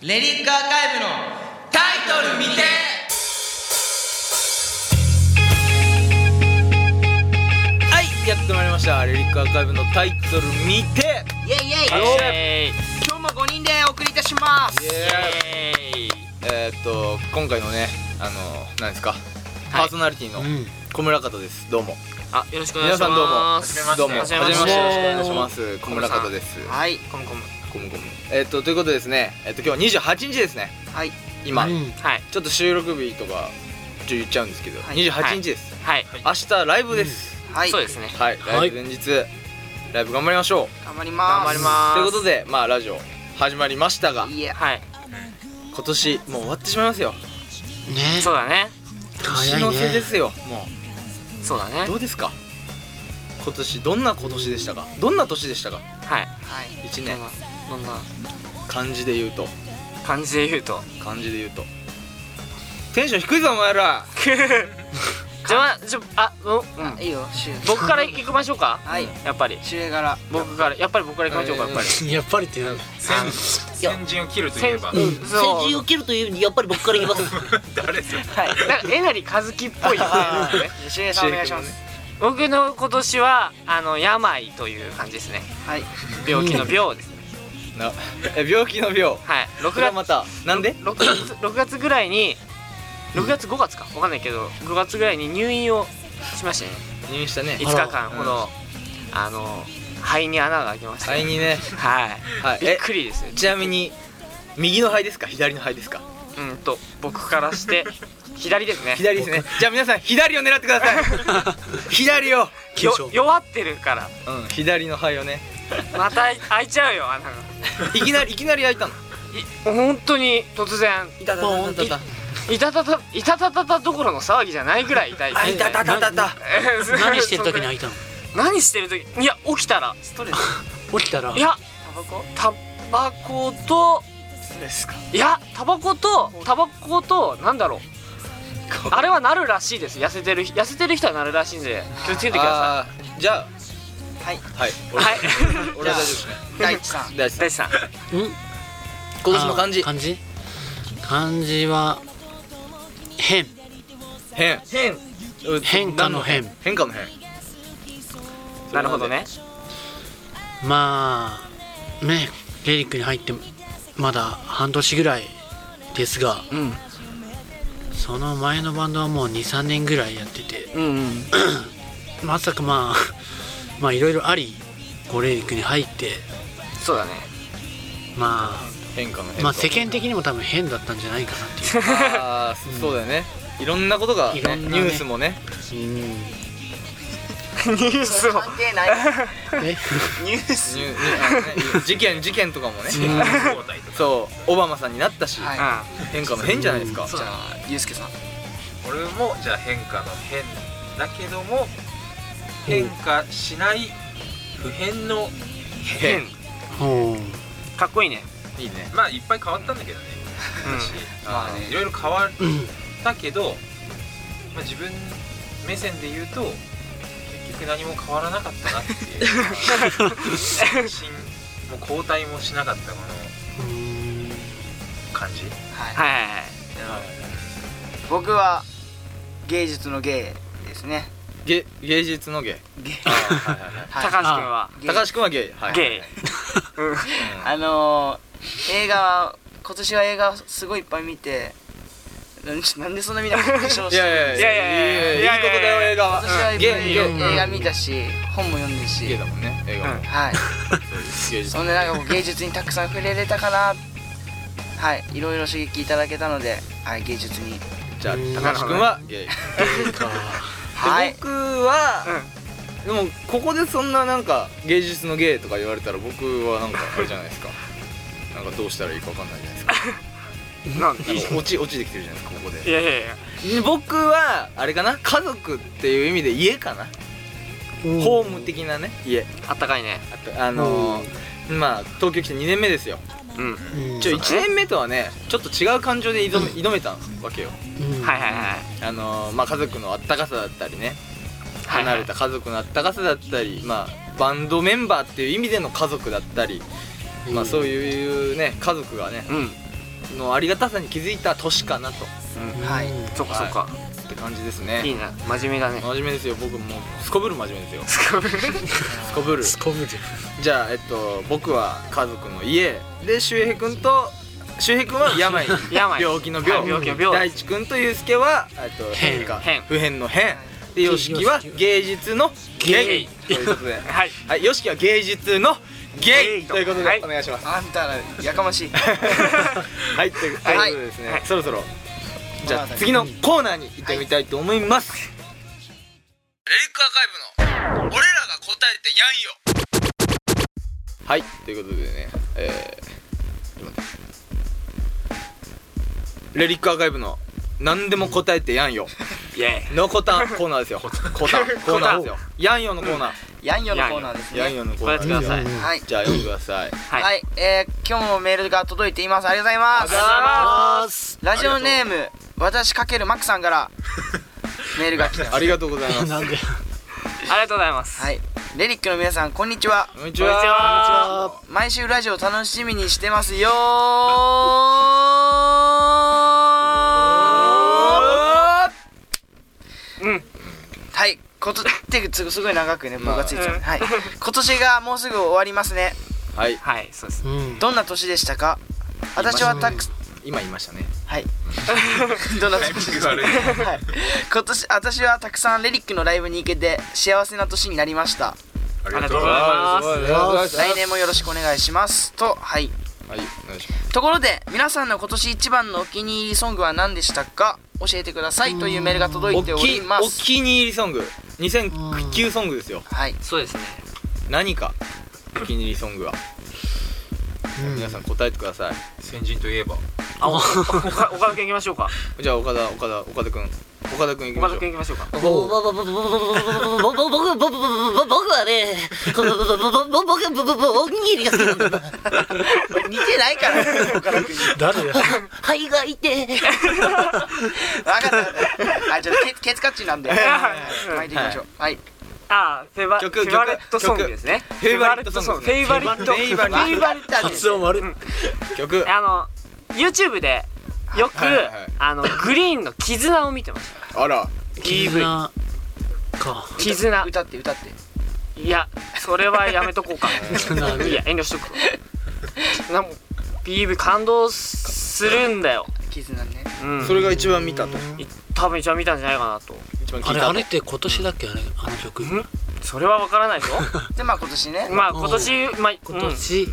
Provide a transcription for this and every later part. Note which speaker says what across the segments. Speaker 1: レリックアーカイブのタイトル未定
Speaker 2: はいやってまいりましたレリックアーカイブのタイトル見て
Speaker 1: イェイイェイ今日も5人でお送りいたします
Speaker 2: えー、っと今回のねあの何ですか、パーソナリティの小村方ですどうも
Speaker 3: あ、よろしくお願い
Speaker 2: 皆
Speaker 3: し
Speaker 2: さんどうも
Speaker 3: ます。
Speaker 2: どうも
Speaker 3: はじめ
Speaker 2: は
Speaker 3: ま
Speaker 2: じめ
Speaker 3: し。
Speaker 2: ましてて
Speaker 3: よ
Speaker 2: よ
Speaker 3: ろ
Speaker 2: ろしくお願い
Speaker 3: しくお願いし
Speaker 2: し
Speaker 3: ま。
Speaker 2: ますす小村方です
Speaker 1: はい
Speaker 3: コムコム。
Speaker 2: ごめんごめんえー、っとということでですねえーっと今日28日ですね
Speaker 1: はい
Speaker 2: 今、
Speaker 3: はい。
Speaker 2: ちょっと収録日とかちょっと言っちゃうんですけど、
Speaker 1: はい
Speaker 2: 28日です、
Speaker 3: はい。
Speaker 2: 明日ライブです、
Speaker 1: はい
Speaker 3: そうですね。
Speaker 2: はいライブ前日、ライブ頑張りましょう
Speaker 1: 頑張ります
Speaker 3: 頑張ります
Speaker 2: ということでまあラジオ始まりましたが
Speaker 1: いえ
Speaker 3: はい。
Speaker 2: 今年もう終わってしまいますよ
Speaker 4: ね
Speaker 3: そうだね。
Speaker 4: 早
Speaker 2: 年
Speaker 4: い
Speaker 2: の
Speaker 4: ね
Speaker 2: 瀬ですよも
Speaker 3: そうだ
Speaker 2: うど
Speaker 3: ね。
Speaker 2: うですか今年どんな今年でしたかどんな年でしたか
Speaker 3: はい。
Speaker 1: はい
Speaker 2: 1
Speaker 3: ど
Speaker 2: 年
Speaker 3: んな、どんな
Speaker 2: 漢字で言うと
Speaker 3: 感じで言うと。
Speaker 2: 漢字で言うとテンション低いぞお前ら
Speaker 3: じゃあ、じゃあ、あ、う
Speaker 1: あいいよシュー
Speaker 3: 僕から行きましょうか。
Speaker 1: はい
Speaker 3: やっぱり。
Speaker 1: シュエ柄
Speaker 3: 僕から、やっぱり僕から行きましょうか、やっぱり。
Speaker 4: やっぱりってなんだ
Speaker 5: 先先陣を切るといえば
Speaker 3: 先
Speaker 4: うん
Speaker 3: そう
Speaker 4: 先陣を切るというよりやっぱり僕から言 います
Speaker 5: 誰ですよ
Speaker 3: はい。なんかえなりかずきっぽいよね。
Speaker 1: あーシュエさんお願いします
Speaker 3: 僕の今年は、あの、病という感じですね。
Speaker 1: はい
Speaker 3: 病気の病ですね。
Speaker 2: なえ病気の病
Speaker 3: はい。
Speaker 2: こ
Speaker 3: 6
Speaker 2: れは
Speaker 3: 月
Speaker 2: またなんで
Speaker 3: 6月 ,6 月ぐらいに6月5月かわかんないけど5月ぐらいに入院をしましてね
Speaker 2: 入院したね
Speaker 3: 5日間ほどあの肺に穴が開きました、
Speaker 2: 肺にね
Speaker 3: はい、
Speaker 2: はい
Speaker 3: びっくりですね
Speaker 2: ちなみに右の肺ですか左の肺ですか
Speaker 3: うんと僕からして左ですね
Speaker 2: 左ですねじゃあ皆さん左を狙ってください左を
Speaker 4: 緊
Speaker 3: よ
Speaker 4: 張
Speaker 3: 弱ってるから
Speaker 2: うん左の肺をね
Speaker 3: また開いちゃうよ穴がい
Speaker 2: いきなりいきなり開いたの
Speaker 3: 本当に突然
Speaker 2: いたた
Speaker 4: ポーンと
Speaker 3: いたたたいたたたたどころの騒ぎじゃないぐらい痛いです
Speaker 2: あ
Speaker 3: ね
Speaker 2: いた たたたた
Speaker 4: 何してる時に開いたの
Speaker 3: 何してる時いや起きたらストレス
Speaker 4: 起きたら
Speaker 3: いやタバコといやタバコとタバコとなんだろうあれはなるらしいです痩せてる痩せてる人はなるらしいんで気をつけてくださ
Speaker 2: あーじゃ
Speaker 1: はい
Speaker 2: あはい
Speaker 3: いはい
Speaker 2: 俺は大丈夫ですね
Speaker 1: 大地さん
Speaker 2: 大丈夫
Speaker 3: 大地さん
Speaker 4: うん
Speaker 2: 今年の漢字
Speaker 4: あ漢字漢字は変
Speaker 2: 変変
Speaker 4: 変化の変
Speaker 2: 変化の変
Speaker 3: なるほどね
Speaker 4: まあねレリックに入ってまだ半年ぐらいですが
Speaker 3: うん
Speaker 4: その前のバンドはもう23年ぐらいやってて
Speaker 3: うんうん
Speaker 4: まさかまあ まあいろいろありこうレリックに入って
Speaker 3: そうだね
Speaker 4: ま
Speaker 2: 変化の変
Speaker 4: あ
Speaker 2: 化
Speaker 4: まあ世間的にも多分変だったんじゃないかなっていう
Speaker 2: あーそうだよねいろんなことがね
Speaker 4: いろんな
Speaker 2: ニ
Speaker 4: ね
Speaker 2: ュースもね
Speaker 4: うん
Speaker 3: ニュースを
Speaker 1: 関係ない
Speaker 4: え
Speaker 1: ニュース
Speaker 2: ニューニューあのね事件事件とかもね
Speaker 5: 交代とか
Speaker 2: そうオバマさんになったし
Speaker 1: はい
Speaker 2: 変化の変じゃないですか
Speaker 1: じゃあゆうすけさん
Speaker 5: 俺もじゃあ変化の変だけども
Speaker 4: うん
Speaker 5: 変化しない不変の
Speaker 2: 変
Speaker 3: 変
Speaker 4: ほう
Speaker 3: かっこいいね
Speaker 2: いいね
Speaker 5: まあいっぱい変わったんだけどね私
Speaker 2: あー
Speaker 5: いろいろ変わっ
Speaker 4: うん
Speaker 5: たけど、まあ、自分目線で言うと結局何も変わらなかったなっていう心もう交代もしなかったこの
Speaker 4: うん
Speaker 5: 感じ
Speaker 1: はい
Speaker 3: はいはいはい
Speaker 1: 僕は芸術の芸ですね
Speaker 2: 芸芸術の芸
Speaker 1: 芸
Speaker 2: あーはいはいはい
Speaker 1: はい
Speaker 3: 高橋君は
Speaker 1: 芸
Speaker 2: 高橋君は芸はい
Speaker 3: ゲイうん
Speaker 1: あのー、映画今年は映画すごいいっぱい見て なんちなんでそんなみんな爆笑してるん
Speaker 2: いや
Speaker 1: で
Speaker 2: いや
Speaker 1: す
Speaker 2: い
Speaker 1: か
Speaker 2: やいやいやいいことだよ映画
Speaker 1: 今年は
Speaker 2: はい
Speaker 1: っぱ
Speaker 2: 芸
Speaker 1: い
Speaker 2: 芸
Speaker 1: 映画見たし本も読んで
Speaker 2: 芸
Speaker 1: し
Speaker 2: だもんね映画も
Speaker 3: うん
Speaker 1: はい
Speaker 2: 芸術
Speaker 1: そんでなんかこう芸術にたくさん触れれたかなはいいろいろ刺激いただけたので、はい、芸術に
Speaker 2: じゃあ
Speaker 4: うん
Speaker 2: 高橋君は芸
Speaker 1: はい
Speaker 2: で僕は、でもここでそんななんか芸術の芸とか言われたら僕はなんかあれじゃないですかなんかどうしたらいいかわかんないじゃないです か
Speaker 3: なんでい
Speaker 2: なんか落ち落ちてきてるじゃないですかここで
Speaker 3: やいやいや
Speaker 2: 僕はあれかな家族っていう意味で家かなホーム的なね家
Speaker 3: あったかいね
Speaker 2: あとあのーまあ東京来て2年目ですよ
Speaker 3: うん
Speaker 4: うん
Speaker 2: ちょ1年目とはねちょっと違う感情で挑め挑めたわけよ
Speaker 4: うん
Speaker 3: はいはいはい
Speaker 2: あのーまあ家族のあったかさだったりね
Speaker 3: はい
Speaker 2: 離れた家族のあったかさだったり、まあ、バンドメンバーっていう意味での家族だったり、まあ、そういうね家族がね
Speaker 3: うん
Speaker 2: のありがたさに気づいた年かなと
Speaker 1: うんはい
Speaker 4: うん
Speaker 3: そっかそっか、
Speaker 2: って感じですね
Speaker 3: い、いな真面目だね
Speaker 2: 真面目ですよ僕もうすこぶる真面目ですよ すこぶる
Speaker 4: すこぶる
Speaker 2: じゃあえっと僕は家族の家で周平君と周平君は病
Speaker 3: 病
Speaker 2: 病気の病,、
Speaker 3: はい病気の病
Speaker 2: 大地君と祐介はえっと変化
Speaker 3: 変
Speaker 2: 不変の変で y o は芸術の芸ということで
Speaker 3: はい
Speaker 2: はい y o は芸術の
Speaker 3: ゲ
Speaker 2: 芸
Speaker 3: イ
Speaker 2: ということ
Speaker 3: は
Speaker 2: で
Speaker 3: い
Speaker 2: お願いします
Speaker 1: あんたらやかましい
Speaker 2: はいというということでですね、
Speaker 3: はい
Speaker 2: そろそろ じゃあ次のコーナーに行ってみたいと思います、レリックアーカイブの俺らが答えてやんよはいということでねえーちょっと待ってレリックアーカイブの何でも答えてやんよ
Speaker 3: イエ
Speaker 2: のコタンコーナーですよコタ ンコーナーですよやんよのコーナー、
Speaker 1: ヤンヨのコーナーですね
Speaker 2: やんよのコ
Speaker 3: ー
Speaker 2: ーナー
Speaker 3: ナーですよ
Speaker 2: です
Speaker 4: うん
Speaker 1: はい
Speaker 2: じゃあ読んでください
Speaker 3: は
Speaker 1: はいい、えー今日もメールが届いていますありがとうございます
Speaker 2: ありがとうございます
Speaker 4: す
Speaker 1: ラジオネーム私かけるマックさんから メールが来てます
Speaker 2: ありがとうございます
Speaker 4: なんで
Speaker 3: ありがとうございます、
Speaker 1: はいレリックの皆さんこんにちは
Speaker 2: こんに
Speaker 3: こんにちは
Speaker 1: 毎週ラジオ楽しみにしてますよは
Speaker 3: うん
Speaker 1: いことってすごすごい長くね僕
Speaker 2: まあ
Speaker 1: がついちゃう、 はい今年がもうすぐ終わりますね
Speaker 2: はい
Speaker 3: はいそうです
Speaker 4: うん
Speaker 1: どんな年でしたか私はたく
Speaker 2: 今言いましたね
Speaker 1: はい どんな年でした
Speaker 5: タ
Speaker 1: か
Speaker 5: イミング悪い
Speaker 1: はい今年私はたくさんレリックのライブに行けて幸せな年になりました
Speaker 5: あり
Speaker 3: が
Speaker 5: が
Speaker 3: と
Speaker 5: と
Speaker 3: う
Speaker 5: う
Speaker 3: ご
Speaker 5: ご
Speaker 3: ざ
Speaker 5: ざ
Speaker 3: い
Speaker 5: い
Speaker 3: ま
Speaker 5: ますす
Speaker 1: 来年もよろしくお願いしますとはい
Speaker 2: はいお願いします
Speaker 1: ところで皆さんの今年一番のお気に入りソングは何でしたか教えてくださいというメールが届
Speaker 2: お
Speaker 1: いてお
Speaker 2: き
Speaker 1: りま
Speaker 2: お
Speaker 1: す
Speaker 2: 気に入りソング2009ソングですよ
Speaker 1: はい
Speaker 3: そうですね
Speaker 2: 何かお気に入りソングは
Speaker 4: うん
Speaker 2: 皆さん答えてください
Speaker 5: 先人といえば
Speaker 3: あお岡岡田君行きましょうか
Speaker 2: じゃあ岡田岡田岡田君岡田君いき
Speaker 3: 岡
Speaker 2: まし
Speaker 3: 田
Speaker 2: ょ
Speaker 3: 君行きましょうか
Speaker 2: うおう
Speaker 1: 似てないからね岡田君に
Speaker 4: 誰や
Speaker 1: 分かったあちょっとケケツカッチンなんで巻いていきましょうはい
Speaker 3: あーフェバ
Speaker 2: 曲
Speaker 3: フェバレットソングですね
Speaker 2: フェバレットソング
Speaker 3: フェバレット
Speaker 2: フェ
Speaker 3: フ
Speaker 2: バ
Speaker 3: ェ
Speaker 2: レット
Speaker 3: バレット
Speaker 4: 発音悪い
Speaker 2: 曲
Speaker 3: あの YouTube でよく、
Speaker 2: はいはいはい
Speaker 3: あのグリーンの絆を見てました
Speaker 2: あら
Speaker 4: 絆か
Speaker 3: 絆
Speaker 1: 歌って歌って
Speaker 3: いやそれはやめとこうか
Speaker 4: 絆
Speaker 3: いや遠慮しとくなも PV 感動するんだよ、
Speaker 1: 絆ね
Speaker 3: うん、
Speaker 2: それが一番見たと
Speaker 3: い多分一番見たんじゃないかなと
Speaker 2: 一番聞
Speaker 4: あ
Speaker 2: い
Speaker 4: れあ
Speaker 2: たと
Speaker 4: れって今年だっけあれあの曲
Speaker 3: んそれは分からな いぞ
Speaker 1: でまあ今年ね
Speaker 3: まあ今年まあ、
Speaker 4: 今年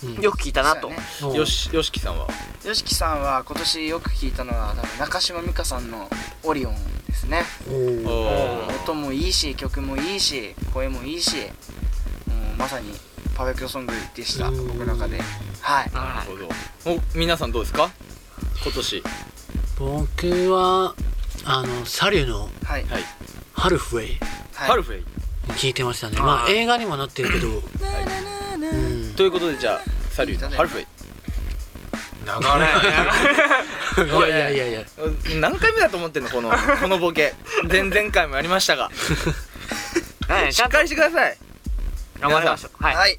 Speaker 3: うん、よく聞いたなと、
Speaker 1: そうやね
Speaker 4: の
Speaker 2: よしよしきさんは
Speaker 1: よしきさんは今年よく聞いたのは多分中島美嘉さんの「オリオン」ですね
Speaker 4: おー
Speaker 2: おー
Speaker 1: 音もいいし曲もいいし声もいいしもうまさにパーフェクトソングでした
Speaker 4: うん
Speaker 1: 僕の中ではい
Speaker 2: な
Speaker 3: は
Speaker 2: るほどお皆さんどうですか今年
Speaker 4: 僕はあのサリューの
Speaker 1: はい
Speaker 2: はい
Speaker 4: ハルフウェイ
Speaker 1: はい
Speaker 2: ハルフェイ
Speaker 4: 聞いてましたね
Speaker 3: あー
Speaker 4: まあ映画にもなってるけどうん
Speaker 2: ということでじゃあサリューのハルフェイ
Speaker 5: 長い
Speaker 4: いやいやいやいや
Speaker 2: 何回目だと思ってんのこのこのボケ前々回もやりましたが
Speaker 3: い、はい、ち
Speaker 2: し
Speaker 3: ゃ
Speaker 2: っ
Speaker 3: んと
Speaker 2: かりしてください
Speaker 3: 頑張りましょうはい、
Speaker 1: はい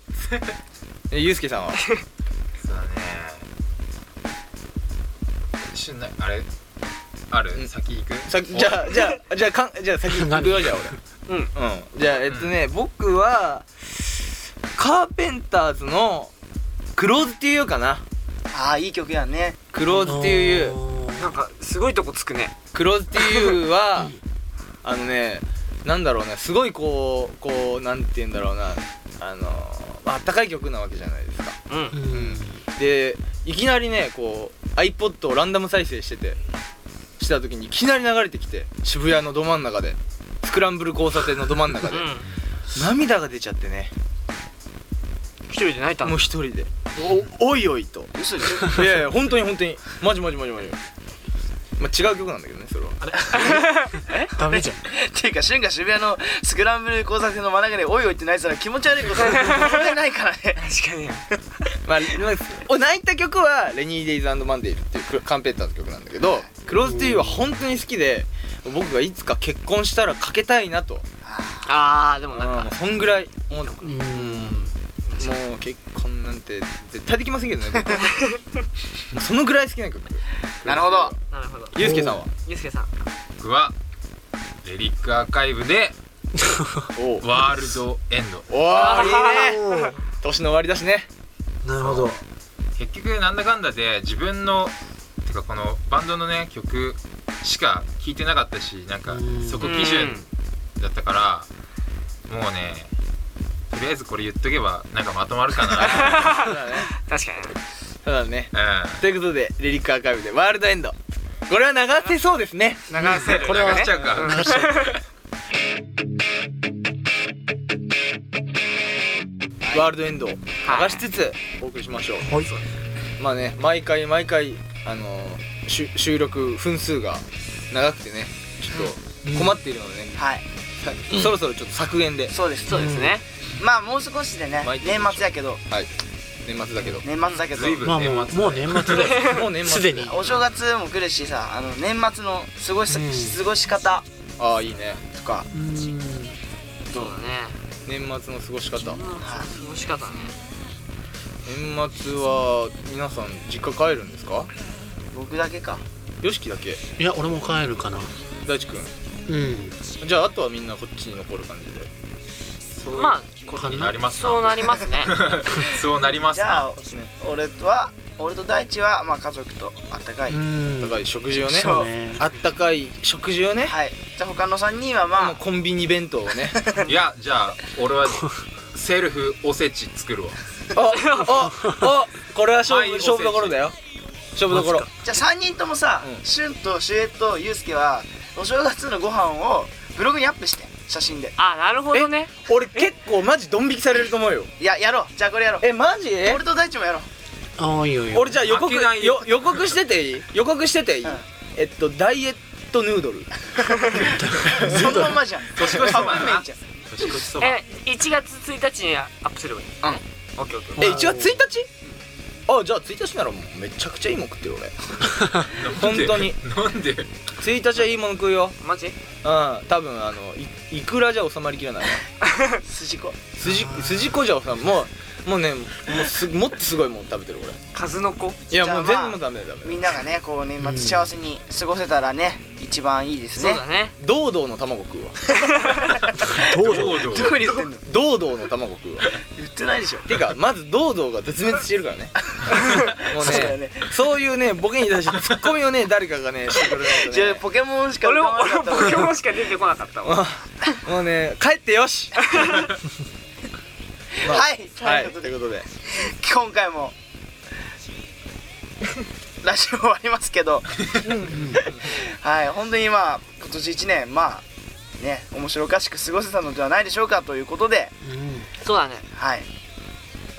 Speaker 2: えゆうすけさんは
Speaker 5: そうだね一瞬ないあれある、
Speaker 2: うん
Speaker 5: 先行く
Speaker 2: さじゃあじゃあじゃあかんじゃあ先行くよじゃあ俺
Speaker 3: うん
Speaker 2: うんじゃあえっとね、僕はカーペンターズの「クローズっていうよかな
Speaker 1: ああいい曲やね
Speaker 2: 「クローズっていうよ
Speaker 3: なんかすごいとこつくね
Speaker 2: クローズっていうよは あのねなんだろうねすごいこうこうなんて言うんだろうなあのまああったかい曲なわけじゃないですか
Speaker 3: うん
Speaker 4: うん
Speaker 2: でいきなりねこう iPod をランダム再生しててした時にいきなり流れてきて渋谷のど真ん中でスクランブル交差点のど真ん中で
Speaker 3: うん
Speaker 2: 涙が出ちゃってね
Speaker 3: 一人で泣いた
Speaker 2: もう
Speaker 3: の
Speaker 2: 一人でおおいおいと
Speaker 1: 嘘でし
Speaker 2: いやいや本当に本当にマジマジマジマジまあ違う曲なんだけどねそれは
Speaker 4: ダメじゃん
Speaker 1: っていうかしゅんが渋谷のスクランブル交差点の真ん中で「おいおい」って泣いてたら気持ち悪いこと問題ないからね
Speaker 3: 確かに
Speaker 2: まあまあお泣いた曲は「レニー・デイズ・マンデール」っていうクロカンペッターの曲なんだけど「クローズ・ティー」は本当に好きで僕がいつか結婚したらかけたいなと
Speaker 3: あーでもなん
Speaker 2: あ
Speaker 3: か
Speaker 2: ーそんぐらい思って
Speaker 4: うん
Speaker 2: もう結婚なんて絶対できませんけどね 僕もうそのぐらい好きな曲
Speaker 1: なるほど
Speaker 3: なるほど
Speaker 2: ゆうすけさんは
Speaker 3: ゆうすけさん
Speaker 5: 僕はレリックアーカイブで
Speaker 2: おお
Speaker 5: ワールドエンド
Speaker 2: おいいね
Speaker 4: おー
Speaker 2: 年の終わりだしね
Speaker 4: なるほど
Speaker 5: 結局なんだかんだで自分のてかこのバンドのね曲しか聴いてなかったしなんか
Speaker 4: うん
Speaker 5: そこ基準だったからもうねとりあえずこれ言っとけばなんかまとまるかな
Speaker 2: そうだね
Speaker 3: 確か
Speaker 2: そうだね
Speaker 5: う
Speaker 2: ということでリリックアーカイブでワールドエンドこれは流せそうですね
Speaker 3: に流せる
Speaker 5: これは流しちゃうか
Speaker 3: ん
Speaker 2: ワールドエンドを流しつつお送りしましょう、
Speaker 4: はい
Speaker 2: まあね毎回毎回あのーしゅ収録分数が長くてねちょっと困っているのでね、
Speaker 1: はい
Speaker 2: さそろそろちょっと削減で、
Speaker 1: そうです
Speaker 3: そうですね
Speaker 1: まあもう少しでね
Speaker 2: 毎日
Speaker 1: 年末やけど
Speaker 2: はい年末だけど
Speaker 1: 年末だけど
Speaker 5: 随分
Speaker 4: まあもうもう年末で
Speaker 2: もう年
Speaker 4: す
Speaker 2: 末
Speaker 4: でに
Speaker 1: お正月も来るしさあの年末の過ごし,、
Speaker 4: うん
Speaker 1: 過ごし方
Speaker 2: ああいいね
Speaker 1: とか、
Speaker 4: うん
Speaker 3: そうだね
Speaker 2: 年末の過ごし方
Speaker 1: は
Speaker 3: 楽しかったね
Speaker 2: 年末は皆さん実家帰るんですか
Speaker 1: い、僕だけか
Speaker 2: よしきだけ
Speaker 4: いや俺も帰るかな
Speaker 2: 大地く
Speaker 4: うん
Speaker 2: んじゃああとはみんなこっちに残る感じで
Speaker 3: まあ
Speaker 5: ことになりますな
Speaker 3: そうなりますね
Speaker 5: そうなります
Speaker 1: じゃ
Speaker 5: な
Speaker 1: あ俺とは俺と大地はまあ家族とあったかい、
Speaker 4: うん
Speaker 2: 高い食事をね
Speaker 4: そうね
Speaker 2: あったかい食事をね
Speaker 1: はいじゃあ他の3人はま
Speaker 2: もう
Speaker 1: あ
Speaker 2: コンビニ弁当を ね
Speaker 5: いやじゃあ俺はセルフおせち作るわ
Speaker 2: あああこれは勝負
Speaker 5: はい
Speaker 2: 勝負どころだよ勝負どころ
Speaker 4: マ
Speaker 1: じゃあ3人ともさ、
Speaker 2: うん
Speaker 1: しゅんとしゅえとゆうすけはお正月のご飯をブログにアップして写真で
Speaker 3: あなるほどね
Speaker 2: 俺結構マジドン引きされると思うよ
Speaker 1: いややろうじゃあこれやろう
Speaker 2: えマジ
Speaker 1: 俺と大地もやろう
Speaker 4: ああいいよいいよ
Speaker 2: 俺じゃあ予告
Speaker 5: 飽きない
Speaker 2: よ予告してていい予告してていい
Speaker 1: うん
Speaker 2: えっとダイエットヌードル
Speaker 1: そのまんまじゃん
Speaker 5: 年越しそば
Speaker 1: カップ
Speaker 5: な
Speaker 1: 麺じゃん
Speaker 5: 年越しそば
Speaker 3: え1月1日にアップすればいい
Speaker 1: うん
Speaker 3: オッケーオッケー
Speaker 2: え一応1日あじゃあ1日ならもうめちゃくちゃいいもん食ってる俺
Speaker 5: なんで
Speaker 2: 本当に
Speaker 5: なんで
Speaker 2: 1日はいいもん食うよ
Speaker 3: マジ
Speaker 2: うん多分あのいいくらじゃ収まりきらない
Speaker 1: 筋子
Speaker 2: 筋筋子じゃ収まるもうもうねもうすもっとすごいもん食べてる俺
Speaker 3: 数の子
Speaker 2: いや
Speaker 1: じゃあ
Speaker 2: もう
Speaker 1: まあ
Speaker 2: 全部ダメだダメ
Speaker 1: みんながねこう年末幸せに過ごせたらね一番いいです
Speaker 3: そう
Speaker 1: ね
Speaker 3: だね
Speaker 2: 堂々の卵食うわ
Speaker 5: どうどう
Speaker 1: どこに言ってんの
Speaker 2: 堂々の卵食うわ
Speaker 1: 言ってないでしょ
Speaker 2: てかまず堂々が絶滅してるからねもう
Speaker 1: そうだ
Speaker 2: ね
Speaker 1: よね
Speaker 2: そういうねボケに対してツッコミをね誰かがねしてくれないと
Speaker 1: じゃあ
Speaker 2: ね
Speaker 1: ポケモンしか
Speaker 3: 俺も
Speaker 1: 浮
Speaker 3: 俺
Speaker 1: か
Speaker 3: も
Speaker 1: ばなかっ
Speaker 3: ポケモンしか出てこなかったわ
Speaker 2: もうね帰ってよ し
Speaker 1: たはいと
Speaker 2: はいいう
Speaker 1: こと
Speaker 2: とい
Speaker 1: で
Speaker 2: うことで
Speaker 1: 今回もラジオ終わりますけどはい本当にまあ今年1年まあね面白おかしく過ごせたのではないでしょうかということで
Speaker 4: うん
Speaker 3: そうだね
Speaker 1: はい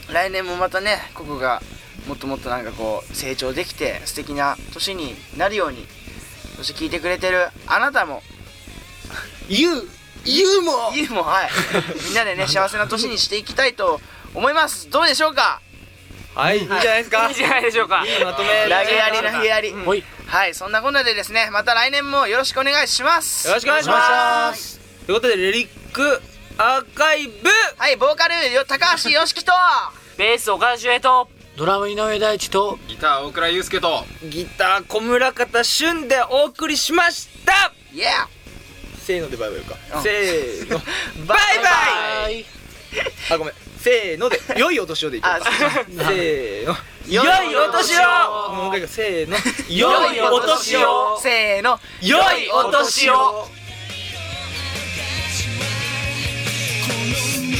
Speaker 1: 来年もまたねここがもっともっとなんかこう成長できて素敵な年になるようにそして聞いてくれてるあなたも
Speaker 2: 言う言うも
Speaker 1: ゆうもはいみんなでね幸せな年にしていきたいと思いますどうでしょうか
Speaker 2: はいいいんじゃないですか
Speaker 3: いいじゃないでしょうか
Speaker 2: まとめ
Speaker 1: ラゲやりラゲやり
Speaker 4: ほい
Speaker 1: はいそんなこんなでですねまた来年もよろしくお願いします
Speaker 2: よろしくお願いしますということでレリックアーカイブ
Speaker 1: はいボーカルよ高橋よ しきと
Speaker 3: ベース岡田秀平と
Speaker 4: ドラム井上大地と
Speaker 5: ギター大倉祐介と
Speaker 2: ギター小村方俊でお送りしました
Speaker 1: イエー
Speaker 2: せーのでバイバイか
Speaker 1: うん
Speaker 2: せーのバイバイ
Speaker 4: イ
Speaker 2: あごめんせーので 良いお年をでいこう
Speaker 1: あ
Speaker 2: かせーの
Speaker 1: 良いお年
Speaker 2: をもう一回せーの 良いお年を
Speaker 1: せーの
Speaker 2: 良いお年を
Speaker 6: 「この道を歩いている」